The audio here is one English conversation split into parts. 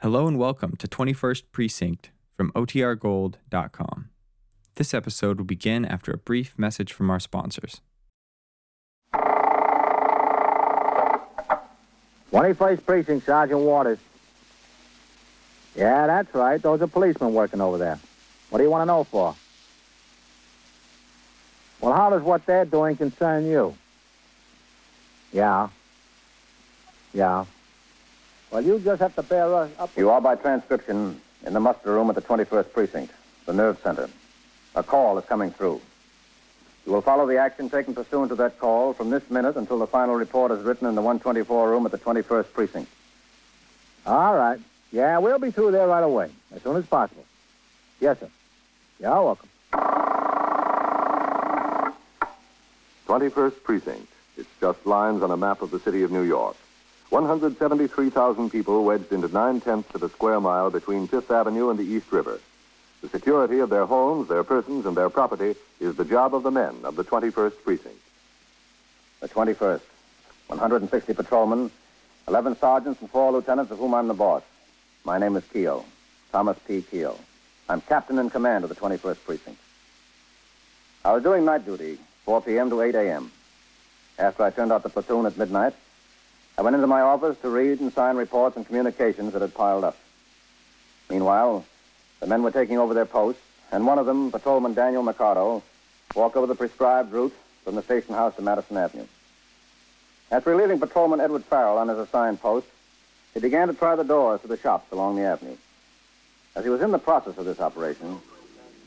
Hello and welcome to 21st Precinct from OTRGold.com. This episode will begin after a brief message from our sponsors. 21st Precinct, Sergeant Waters. Yeah, that's right. Those are policemen working over there. What do you want to know for? Well, how does what they're doing concern you? Yeah. Yeah. Well, you just have to bear us up. You are by transcription in the muster room at the 21st Precinct, the nerve center. A call is coming through. You will follow the action taken pursuant to that call from this minute until the final report is written in the 124 room at the 21st Precinct. All right. Yeah, we'll be through there right away, as soon as possible. Yes, sir. You're welcome. 21st Precinct. It's just lines on a map of the city of New York. 173,000 people wedged into nine tenths of a square mile between Fifth Avenue and the East River. The security of their homes, their persons, and their property is the job of the men of the 21st Precinct. The 21st. 160 patrolmen, 11 sergeants, and four lieutenants, of whom I'm the boss. My name is Keel, Thomas P. Keel. I'm captain in command of the 21st Precinct. I was doing night duty, 4 p.m. to 8 a.m. After I turned out the platoon at midnight, I went into my office to read and sign reports and communications that had piled up. Meanwhile, the men were taking over their posts, and one of them, Patrolman Daniel Mercado, walked over the prescribed route from the station house to Madison Avenue. After relieving Patrolman Edward Farrell on his assigned post, he began to try the doors to the shops along the avenue. As he was in the process of this operation,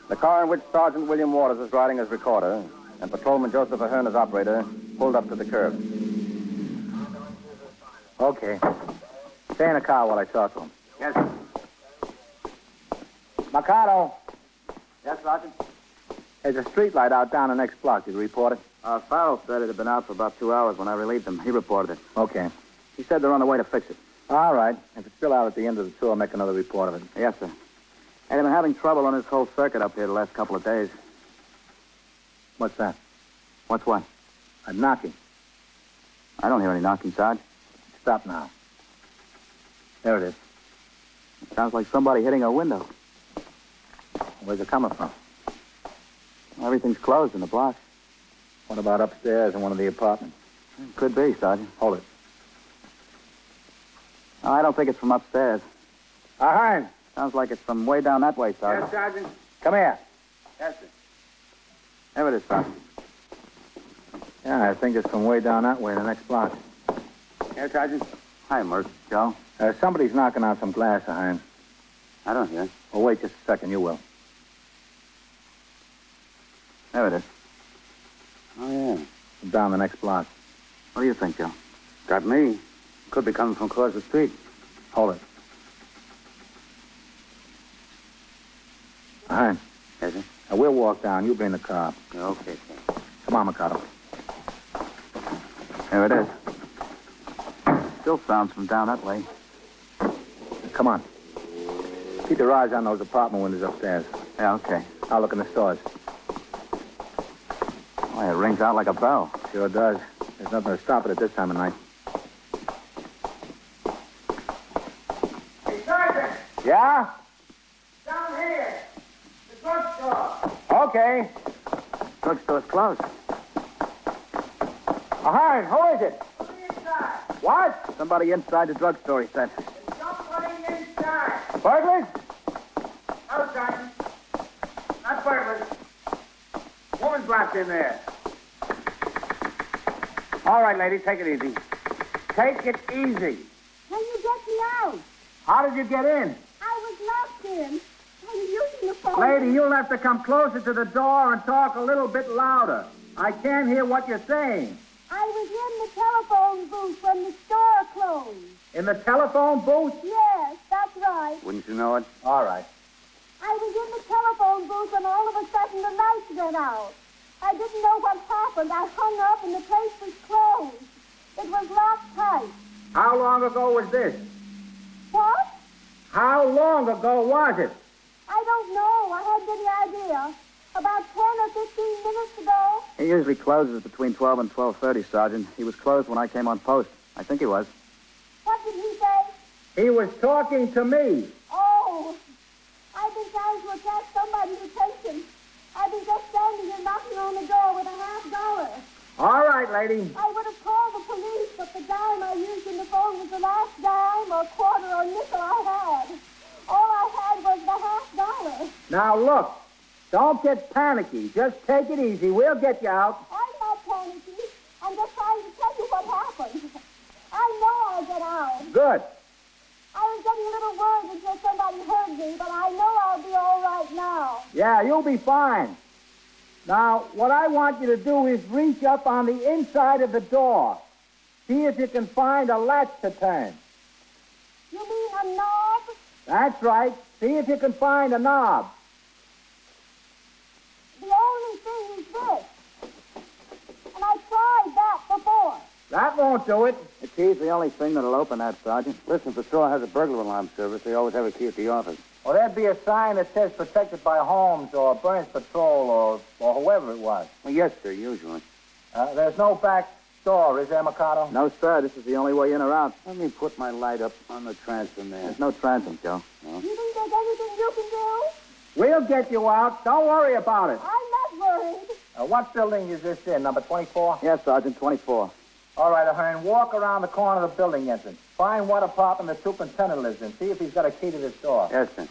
the car in which Sergeant William Waters was riding as recorder and Patrolman Joseph Ahern as operator pulled up to the curb. Okay. Stay in the car while I talk to him. Yes, sir. Mercado, Yes, Sergeant. there's a street light out down the next block. Did you report it? Uh, Farrell said it had been out for about two hours when I relieved him. He reported it. Okay. He said they're on the way to fix it. All right. If it's still out at the end of the tour, I'll make another report of it. Yes, sir. And they've been having trouble on this whole circuit up here the last couple of days. What's that? What's what? A knocking. I don't hear any knocking, Sarge. Stop now. There it is. It sounds like somebody hitting a window. Where's it coming from? Everything's closed in the block. What about upstairs in one of the apartments? Could be, Sergeant. Hold it. I don't think it's from upstairs. Ahern, Sounds like it's from way down that way, Sergeant. Sergeant. come here. Yes, sir. There it is, Sergeant. Yeah, I think it's from way down that way, the next block. Yes, Sergeant. Hi, Murk. Joe. Uh, somebody's knocking on some glass, Ahern. I don't hear. Oh, wait just a second. You will. There it eh? is. Oh, yeah. Down the next block. What do you think, Joe? Got me. Could be coming from across the street. Hold it. Ahern, Is it? now we'll walk down. You be in the car. Okay, sir. Come on, Mikado. There it is. Still sounds from down that way. Come on. Keep your eyes on those apartment windows upstairs. Yeah, okay. I'll look in the stores. Why, it rings out like a bell. Sure does. There's nothing to stop it at this time of night. Hey, Sergeant, Yeah? down here. The drugstore. Okay. Drugstore's closed. Ahern, who is it? Look inside. What? Somebody inside the drugstore, he said. Somebody inside. Burglars? No, Sergeant. Not burglars. Woman's locked in there. All right, lady, take it easy. Take it easy. Can you get me out? How did you get in? I was locked in. I'm using the phone. Lady, you'll have to come closer to the door and talk a little bit louder. I can't hear what you're saying. I was in the telephone booth when the store closed. In the telephone booth? Yes, that's right. Wouldn't you know it? All right. I was in the telephone booth and all of a sudden the lights went out. I didn't know what happened. I hung up and the place was closed. It was locked tight. How long ago was this? What? How long ago was it? I don't know. I hadn't any idea. About 10 or 15 minutes ago. He usually closes between 12 and 12.30, Sergeant. He was closed when I came on post. I think he was. What did he say? He was talking to me. Oh, I've been trying to attract somebody's attention. I've been just standing here knocking on the door with a half dollar. All right, lady. I would have called the police, but the dime I used in the phone was the last dime or quarter or nickel I had. All I had was the half dollar. Now look, don't get panicky. Just take it easy. We'll get you out. I'm not panicking. I'm just trying to tell you what happened. I know I'll get out. Good. I was getting a little worried until somebody heard me, but I know I'll be all right now. Yeah, you'll be fine. Now, what I want you to do is reach up on the inside of the door. See if you can find a latch to turn. You mean a knob? That's right. See if you can find a knob. The only thing is this. And I tried that before. That won't do it. The key's the only thing that'll open that, Sergeant. Listen, the store has a burglar alarm service. They always have a key at the office. Well, there'd be a sign that says protected by Holmes or Burns Patrol or, or whoever it was. Well, yes, sir, usually. Uh, there's no back door, is there, Mikado? No, sir, this is the only way in or out. Let me put my light up on the transom there. There's no transom, Joe. No. You think there's anything you can do? We'll get you out. Don't worry about it. I'm not worried. Uh, what building is this in, number 24? Yes, Sergeant, 24. All right, Ahern, walk around the corner of the building entrance. Find what apartment the superintendent lives in. See if he's got a key to this door. Yes, sir.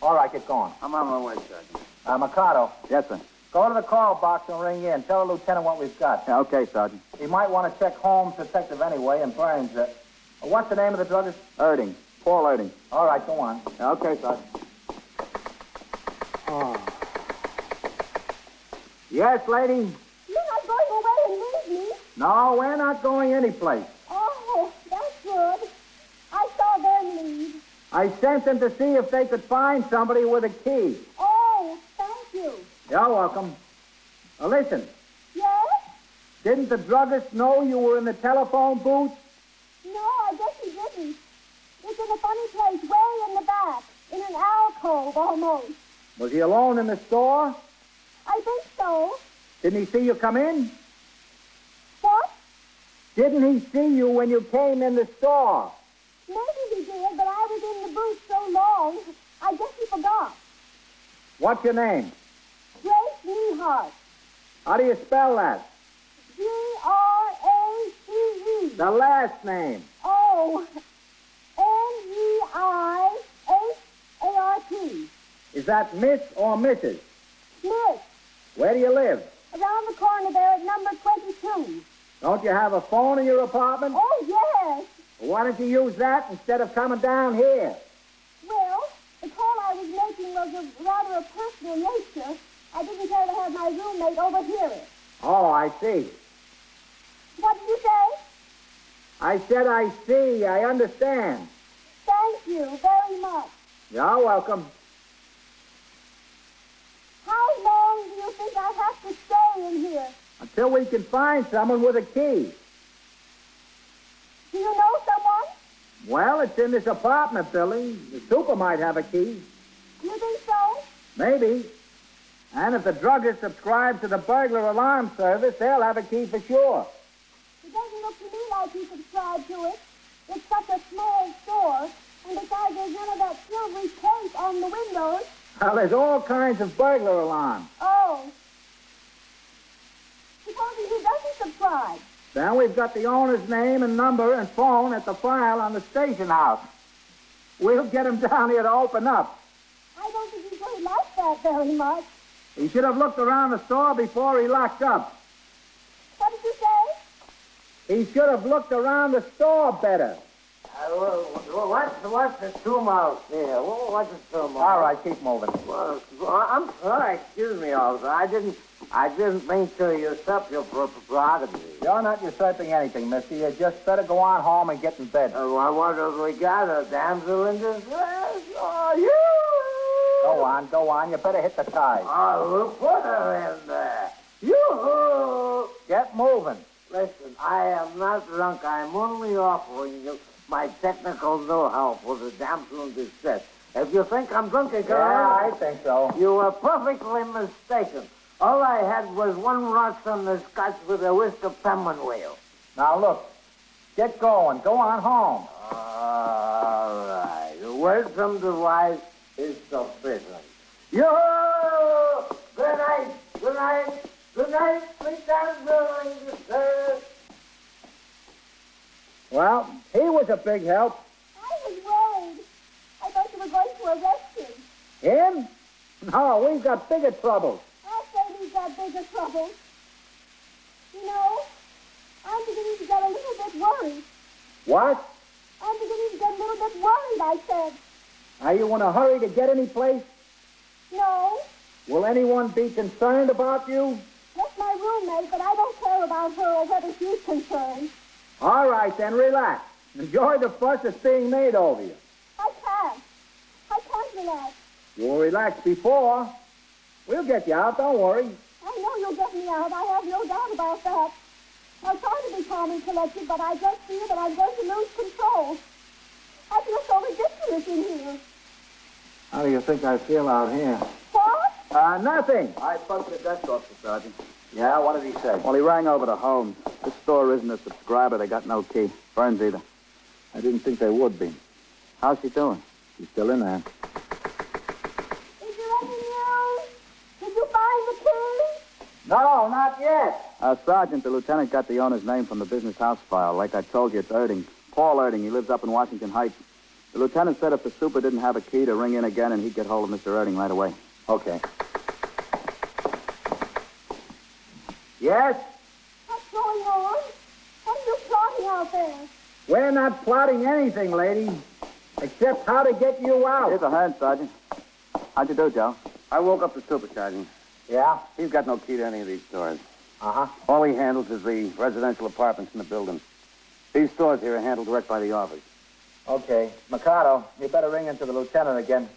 All right, get going. I'm on my way, Sergeant. Uh, Mikado, Yes, sir. go to the call box and ring in. Tell the lieutenant what we've got. Yeah, okay, Sergeant. He might want to check Holmes' detective anyway and Burns. Uh, what's the name of the druggist? Erding. Paul Erding. All right, go on. Yeah, okay, Sergeant. Uh, Yes, lady. You're not going away and leave me. No, we're not going anyplace. Oh, that's good. I saw them leave. I sent them to see if they could find somebody with a key. Oh, thank you. You're welcome. Now, listen, Yes? didn't the druggist know you were in the telephone booth? No, I guess he didn't. It's in a funny place, way in the back, in an alcove almost. Was he alone in the store? I think so. Didn't he see you come in? What? Didn't he see you when you came in the store? Maybe he did, but I was in the booth so long, I guess he forgot. What's your name? Grace Nehart. How do you spell that? G-R-A-C-E. The last name. Oh, E N-E-I-H-A-R-T. Is that Miss or Mrs.? Smith, Where do you live? around the corner there at number 22. Don't you have a phone in your apartment? Oh, yes. Why don't you use that instead of coming down here? Well, the call I was making was of rather a personal nature. I didn't care to have my roommate overhear it. Oh, I see. What did you say? I said I see. I understand. Thank you very much. You're welcome. How long do you think I have to stay in here? Until we can find someone with a key. Do you know someone? Well, it's in this apartment building. The super might have a key. You think so? Maybe. And if the druggist subscribes to the burglar alarm service, they'll have a key for sure. It doesn't look to me like he subscribed to it. It's such a small store, and besides, there's none of that silvery paint on the windows. Well, there's all kinds of burglar alarms. Oh. Supposing he doesn't subscribe. Then we've got the owner's name and number and phone at the file on the station house. We'll get him down here to open up. I don't think he's really like that very much. He should have looked around the store before he locked up. What did you say? He should have looked around the store better. what's, what's the tumult here? What's the tumult? All right, keep moving. Well, I'm sorry. Excuse me, officer. I didn't. I didn't mean to usurp your pro- prerogative. You're not usurping anything, mister. You just better go on home and get in bed. Uh, well, what have we got? A damsel in distress? Are you? Go on, go on. You better hit the tie. Oh, who put her in there? You. Get moving. Listen, I am not drunk. I'm only offering you my technical know-how for the damsel in distress. If you think I'm drunk, again, Yeah, I think so. You were perfectly mistaken. All I had was one rock on the scotch with a whisk of penman wheel. Now look, get going. Go on home. All Welcome to Wise is sufficient. Yo! Good night, good night, good night, sleep down, building, sir. Well, he was a big help. I was worried. I thought you were going to arrest him. Him? No, we've got bigger troubles. I say we've got bigger trouble. You know, I'm beginning to get a little bit worried. What? I'm beginning to get a little bit worried, I said. Are you in a hurry to get any place? No, Will anyone be concerned about you? that's my roommate, but I don't care about her or whether she's concerned. All right, then, relax. Enjoy the fuss that's being made over you. I can't. I can't relax. You were relaxed before. We'll get you out, don't worry. I know you'll get me out. I have no doubt about that. I'm trying to be calm and collected, but I just feel that I'm going to lose control. I feel so ridiculous in here. How do you think I feel out here? What? Uh, nothing. I bugged the desk officer, Sergeant. Yeah, what did he say? Well, he rang over to Holmes. This store isn't a subscriber. They got no key. Burns either. I didn't think they would be. How's she doing? He's still in there. Is there any news? Did you find the key? No, not yet. Uh, Sergeant, the lieutenant got the owner's name from the business house file. Like I told you, it's Erding. Paul Erding. He lives up in Washington Heights. The lieutenant said if the super didn't have a key to ring in again and he'd get hold of Mr. Erding right away. Okay. Yes? What's going on? What are you plotting out there? We're not plotting anything, lady, except how to get you Here's out. a hand, Sergeant. How'd you do, Joe? I woke up the super sergeant. Yeah? He's got no key to any of these stores. Uh-huh. All he handles is the residential apartments in the building. These stores here are handled direct by the office. Okay. Mikado, you better ring into the lieutenant again.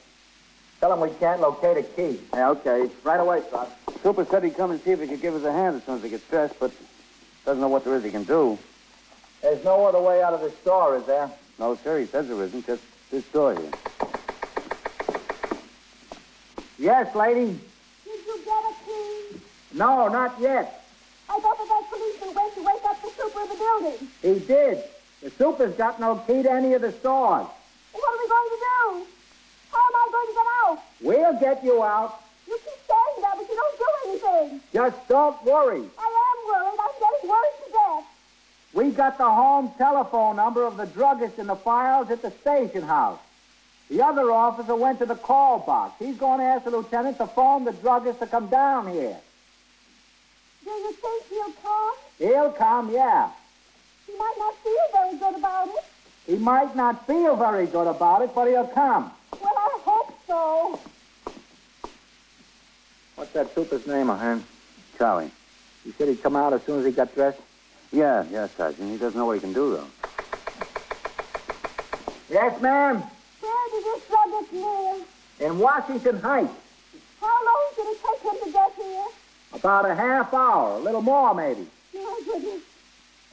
Tell him we can't locate a key. Yeah, okay. Right away, Sergeant. Super said he'd come and see if he could give us a hand as soon as he gets dressed, but doesn't know what there is he can do. There's no other way out of this store, is there? No, sir, he says there isn't, just this door here. Yes, lady. Did you get a key? No, not yet. I thought that that policeman went to wake up the super in the building. He did. The super's got no key to any of the stores. What are we going to do? How am I going to get out? We'll get you out. You keep saying that, but you don't do anything. Just don't worry. I am worried. I'm getting worried to death. We got the home telephone number of the druggist in the files at the station house. The other officer went to the call box. He's going to ask the lieutenant to phone the druggist to come down here. Do you think he'll come? He'll come, yeah. He might not feel very good about it. He might not feel very good about it, but he'll come. Well, I hope so. What's that super's name, Ahern? Charlie. You said he'd come out as soon as he got dressed? Yeah, yeah, Sergeant. He doesn't know what he can do, though. Yes, ma'am. Where does this druggist live? In Washington Heights. How long did it take him to get here? About a half hour, a little more maybe. My goodness.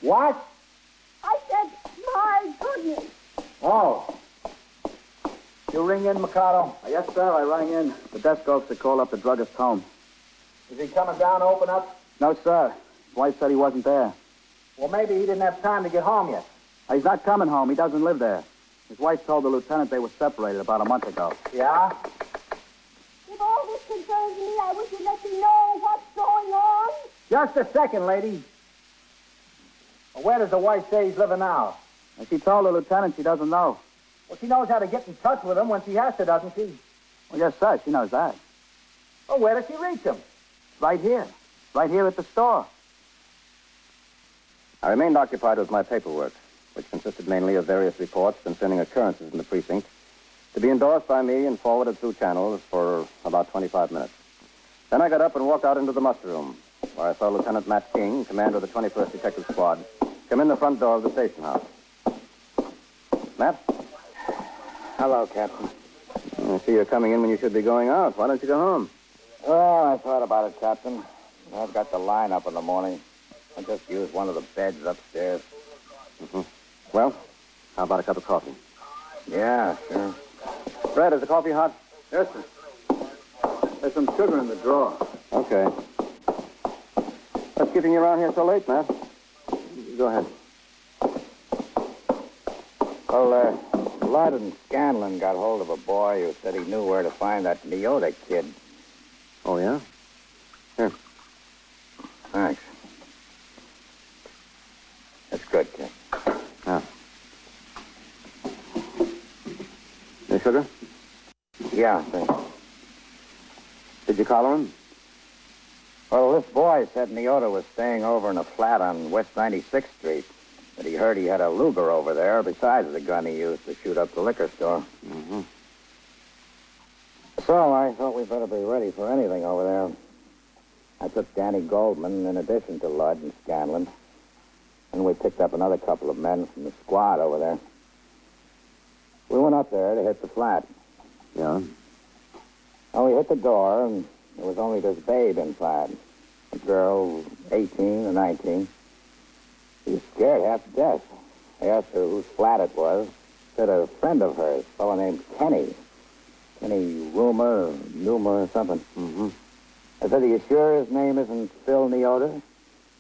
What? I said, my goodness. Oh. You ring in, Mikado. Yes, sir. I rang in. The desk officer called up the druggist home. Is he coming down to open up? No, sir. His wife said he wasn't there. Well, maybe he didn't have time to get home yet. Uh, He's not coming home. He doesn't live there. His wife told the lieutenant they were separated about a month ago. Yeah? If all this concerns me, I wish you'd let me know what's going on. Just a second, lady. Well, where does the wife say he's living now? And she told the lieutenant she doesn't know. Well, she knows how to get in touch with him when she has to, doesn't she? Well, yes, sir. She knows that. Well, where does she reach him? Right here. Right here at the store. I remained occupied with my paperwork, which consisted mainly of various reports concerning occurrences in the precinct, to be endorsed by me and forwarded through channels for about 25 minutes. Then I got up and walked out into the muster room, where I saw Lieutenant Matt King, commander of the 21st Detective Squad, come in the front door of the station house. Matt? Hello, Captain. I see you're coming in when you should be going out. Why don't you go home? Well, I thought about it, Captain. I've got the line up in the morning. I just used one of the beds upstairs. Mm-hmm. Well, how about a cup of coffee? Yeah, sure. Fred, is the coffee hot? Yes, sir. There's some sugar in the drawer. Okay. What's keeping you around here so late, Matt? Go ahead. Well, uh, Loudon Scanlon got hold of a boy who said he knew where to find that Leota kid. Oh, yeah? Here. Thanks. That's good, kid. Yeah. Hey, sugar? Yeah, thanks. Did you collar him? Well, this boy said Neota was staying over in a flat on West 96th Street, but he heard he had a Luger over there besides the gun he used to shoot up the liquor store. Mm-hmm. So I thought we better be ready for anything over there. I took Danny Goldman in addition to Ludd and Scanlon, and we picked up another couple of men from the squad over there. We went up there to hit the flat. Yeah. Well, we hit the door, and there was only this babe inside. A girl, 18 or 19. She was scared half to death. I asked her whose flat it was. Said a friend of hers, a fellow named Kenny. Kenny Rumor, Numa or something. Mm-hmm. I said, are you sure his name isn't Phil Neota?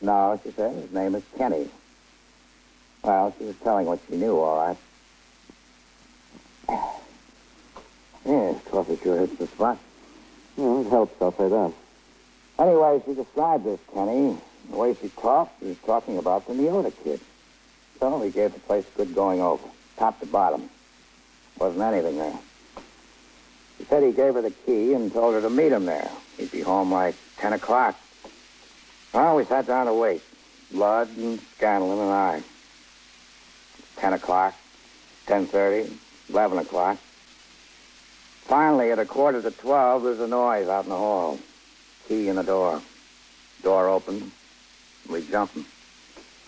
No, she said, his name is Kenny. Well, she was telling what she knew, all right. Yes, coffee sure hits the spot. Yeah, it helps, I'll say that. Anyway, she described this, Kenny. The way she talked, she was talking about the Neota kid. So we gave the place a good going over, top to bottom. Wasn't anything there. He said he gave her the key and told her to meet him there. He'd be home like 10 o'clock. Well, we sat down to wait. Blood and Scanlon and I. 10 o'clock, 10.30, 11 o'clock. Finally, at a quarter to 12, there's a noise out in the hall. Key in the door. Door open. We jump him.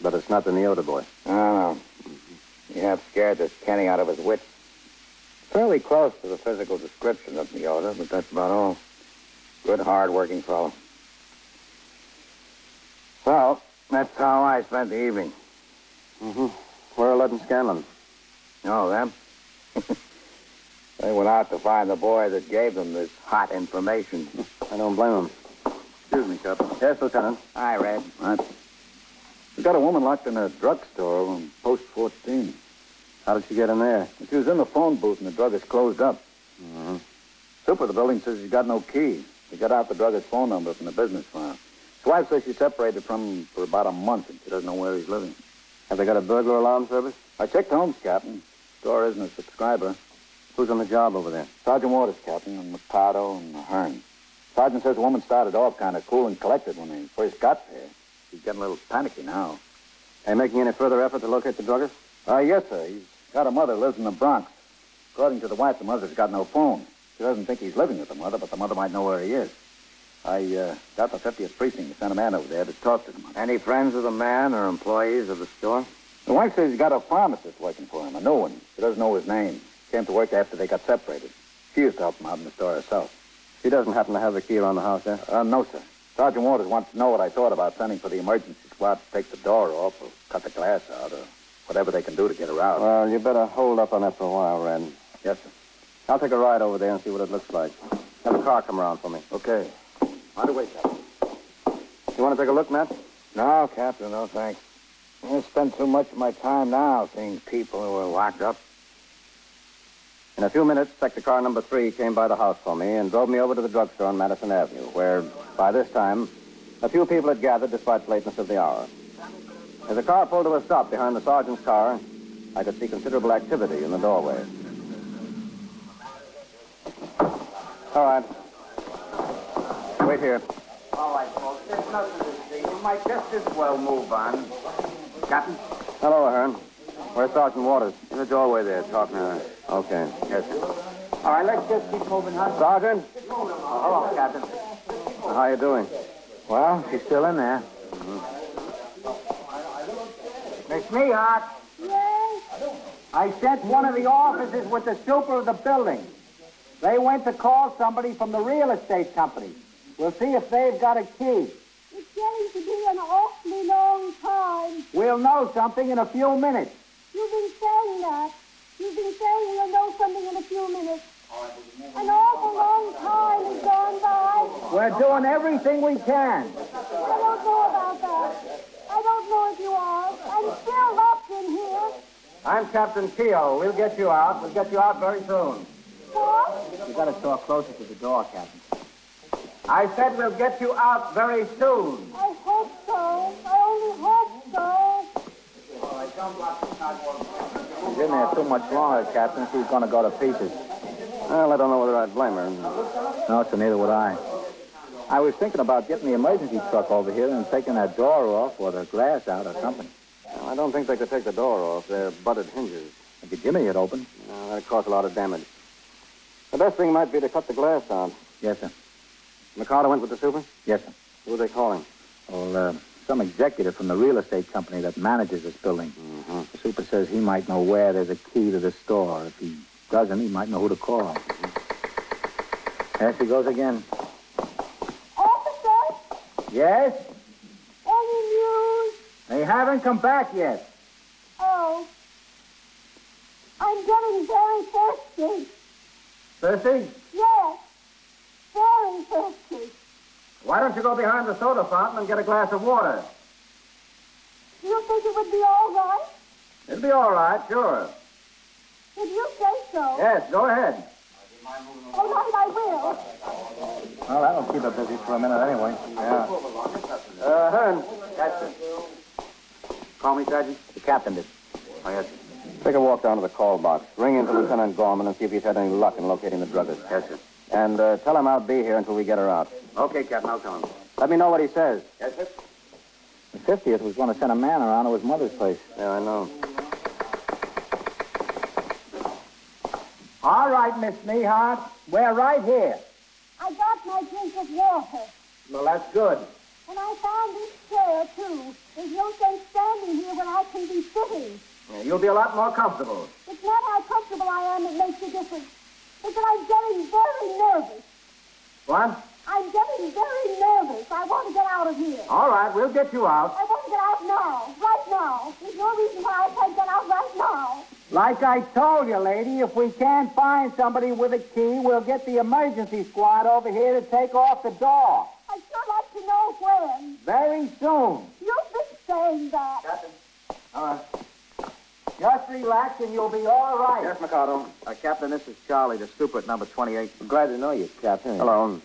But it's not the Neota boy. Oh, no. You have scared this Kenny out of his wits. Fairly close to the physical description of Neota, but that's about all. Good, hard-working fellow. Well, that's how I spent the evening. Mm-hmm. Where are Lud and Scanlon? Know them? they went out to find the boy that gave them this hot information. I don't blame them. Excuse me, Captain. Yes, Lieutenant. Hi, Red. Right. We got a woman locked in a drugstore on Post 14. How did she get in there? She was in the phone booth and the druggist closed up. Mm-hmm. Super, the building says she's got no key. They got out the druggist's phone number from the business file. His wife says she separated from him for about a month and she doesn't know where he's living. Have they got a burglar alarm service? I checked Holmes, Captain. Store isn't a subscriber. Who's on the job over there? Sergeant Waters, Captain, and Mikado and Hearn. Sergeant says the woman started off kind of cool and collected when they first got there. She's getting a little panicky now. They making any further effort to locate the druggist? Uh, yes, sir. He's got a mother, lives in the Bronx. According to the wife, the mother's got no phone. She doesn't think he's living with the mother, but the mother might know where he is. I uh, got the 50th precinct to send a man over there to talk to him. Any friends of the man or employees of the store? The wife says he's got a pharmacist working for him, a new one. She doesn't know his name. Came to work after they got separated. She used to help him out in the store herself. She doesn't happen to have the key around the house, eh? Uh, no, sir. Sergeant Waters wants to know what I thought about sending for the emergency squad to take the door off or cut the glass out or whatever they can do to get her out. Well, you better hold up on that for a while, Ren. yes, sir. I'll take a ride over there and see what it looks like. Have a car come around for me. Okay. On the way, Captain. You want to take a look, Matt? No, Captain, no thanks. I spend too much of my time now seeing people who are locked up. In a few minutes, sector car number three came by the house for me and drove me over to the drugstore on Madison Avenue, where, by this time, a few people had gathered despite the lateness of the hour. As the car pulled to a stop behind the sergeant's car, I could see considerable activity in the doorway. All right. Wait here. All right, folks, there's nothing to see. We might just as well move on. Captain? Hello, Ahern. Where's Sergeant Waters? In the doorway there, talking to her. Okay. Yes, sir. All right, let's just keep moving, huh? Sergeant, Hello, Captain. how you doing? Well, she's still in there. Miss Mehart, Yes? I sent one of the officers with the super of the building. They went to call somebody from the real estate company. We'll see if they've got a key. It's getting to be an awfully long time. We'll know something in a few minutes. You've been saying that. You've been saying we'll know something in a few minutes. An awful long time has gone by. We're doing everything we can. I don't know about that. I don't know if you are. I'm filled up in here. I'm Captain Keogh. We'll get you out. We'll get you out very soon. What? You gotta draw closer to the door, Captain. I said we'll get you out very soon. I hope so. I only hope so. She's in there too much longer, Captain. She's going to go to pieces. Well, I don't know whether I'd blame her. No, so neither would I. I was thinking about getting the emergency truck over here and taking that door off or the glass out or something. I don't think they could take the door off. They're butted hinges. Maybe Jimmy had opened. Uh, that'd cause a lot of damage. The best thing might be to cut the glass down. Yes, sir. McCarter went with the super? Yes, sir. Who are they calling? Well, uh, some executive from the real estate company that manages this building. The super says he might know where there's a key to the store. If he doesn't, he might know who to call. There she goes again. Officer, Yes? any news? They haven't come back yet. Oh. I'm getting very thirsty. Percy, Yes. Very thirsty. why don't you go behind the soda fountain and get a glass of water? You think it would be all right? It'll be all right, sure. If you say so. Yes, go ahead. All right, Oh, I will. Well, that'll keep her busy for a minute anyway. Yeah. Uh, Hearn. That's it. Call me, Sergeant. The captain did. Oh, yes, sir. Take a walk down to the call box. Ring in to Lieutenant Gorman and see if he's had any luck in locating the druggist. Yes, sir. And uh, tell him I'll be here until we get her out. Okay, Captain, I'll tell him. Let me know what he says. Yes, sir. The 50th was going to send a man around to his mother's place. Yeah, I know. All right, Miss Nehart. We're right here. I got my drink of water. Well, that's good. And I found this chair, too. There's no sense standing here when I can be sitting. You'll be a lot more comfortable. It's not how comfortable I am that makes the difference. It's that I'm getting very nervous. What? I'm getting very nervous. I want to get out of here. All right, we'll get you out. I want to get out now. Right now. There's no reason why I can't get out right now. Like I told you, lady, if we can't find somebody with a key, we'll get the emergency squad over here to take off the door. I'd sure like to know when. Very soon. You've been saying that. Just relax and you'll be all right. Yes, Mikado. Uh, Captain, this is Charlie, the super at number 28. I'm glad to know you, Captain. Hello.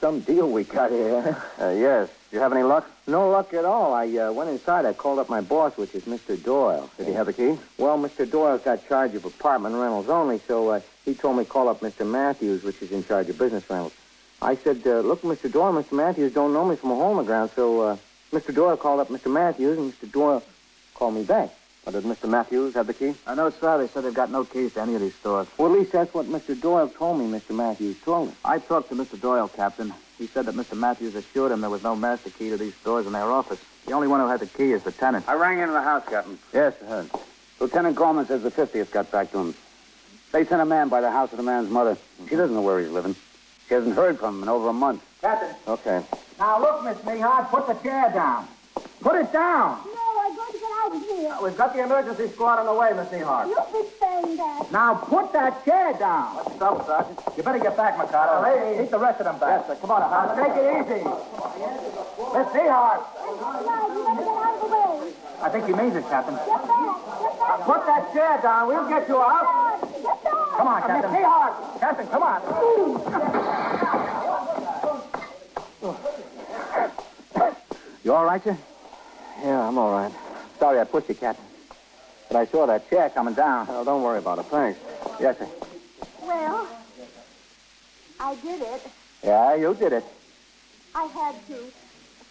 Some deal we got here. Uh, yes. You have any luck? No luck at all. I uh, went inside. I called up my boss, which is Mr. Doyle. Did he have the key? Well, Mr. Doyle's got charge of apartment rentals only, so uh, he told me call up Mr. Matthews, which is in charge of business rentals. I said, uh, look, Mr. Doyle, Mr. Matthews don't know me from a hole in the ground, so uh, Mr. Doyle called up Mr. Matthews, and Mr. Doyle called me back. Or did Mr. Matthews have the key? I know, sir. They said they've got no keys to any of these stores. Well, at least that's what Mr. Doyle told me, Mr. Matthews told me. I talked to Mr. Doyle, Captain. He said that Mr. Matthews assured him there was no master key to these stores in their office. The only one who had the key is the tenant. I rang into the house, Captain. Yes, sir. Lieutenant Gorman says the 50th got back to him. They sent a man by the house of the man's mother. She doesn't know where he's living. She hasn't heard from him in over a month. Captain. Okay. Now look, Miss Nehart, put the chair down. Put it down. No, I'm going to get out of here. We've got the emergency squad on the way, Miss Nehart. You've been saying that. Now put that chair down. What's up, Sergeant? You better get back, Mikado. Hey, keep the rest of them back. Yes, sir. Come on, now, take it easy. Miss Nehart. Now, oh, you better get out of the way. I think he means it, Captain. Get back. Get back. Put that chair down. We'll get you out. Get back. Come on, Captain. Miss Nehart. Captain, come on. You all right, sir? Yeah, I'm all right. Sorry I pushed you, Captain. But I saw that chair coming down. Well, don't worry about it. Thanks. Yes, sir. Well, I did it. Yeah, you did it. I had to.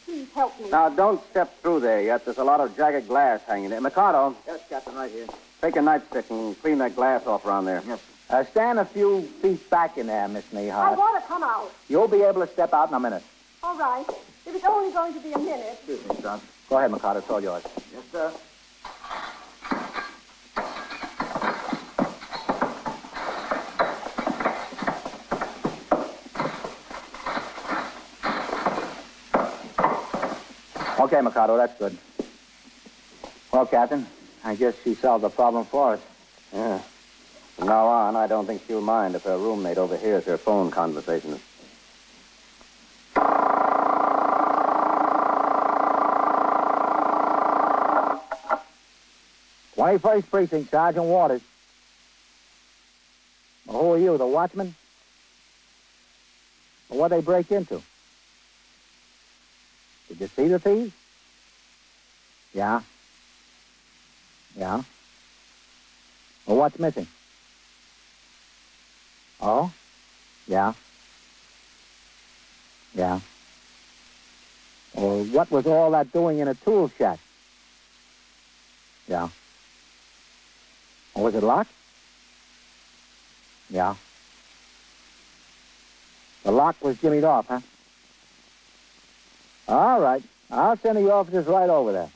Please help me. Now, don't step through there yet. There's a lot of jagged glass hanging there. Mikado, Yes, Captain, right here. take a nightstick and clean that glass off around there. Uh, stand a few feet back in there, Miss I Nehart. want to come out. You'll be able to step out in a minute. All right. If it's only going to be a minute. Excuse me, son. Go ahead, Mikado. It's all yours. Yes, sir. Okay, Mikado, that's good. Well, Captain, I guess she solved the problem for us. Yeah. From now on, I don't think she'll mind if her roommate overhears her phone conversations. Why 21st Precinct, Sergeant Waters. Well, who are you, the watchman? Well, what they break into? Did you see the thieves? Yeah. Yeah. Well, what's missing? Oh? Yeah. Yeah. Well, what was all that doing in a tool shed? Yeah. Well, was it locked? Yeah. The lock was jimmied off, huh? All right. I'll send the officers right over there.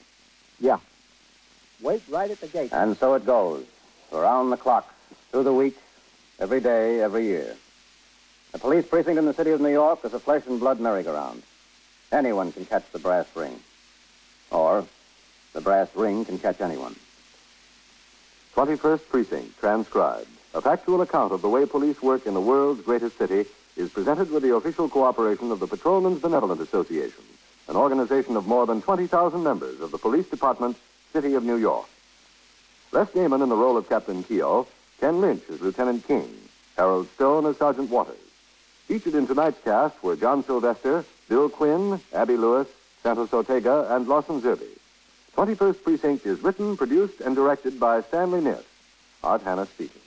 Yeah. Wait right at the gate. And so it goes, around the clock, through the week, every day, every year. The police precinct in the city of New York is a flesh and blood merry-go-round. Anyone can catch the brass ring. Or the brass ring can catch anyone. 21st Precinct, transcribed. A factual account of the way police work in the world's greatest city is presented with the official cooperation of the Patrolmen's Benevolent Association, an organization of more than 20,000 members of the Police Department, City of New York. Les Gaiman in the role of Captain Keogh, Ken Lynch as Lieutenant King, Harold Stone as Sergeant Waters. Featured in tonight's cast were John Sylvester, Bill Quinn, Abby Lewis, Santos Ortega, and Lawson Zerby. 21st Precinct is written, produced, and directed by Stanley Niss. Art Hannah speaking.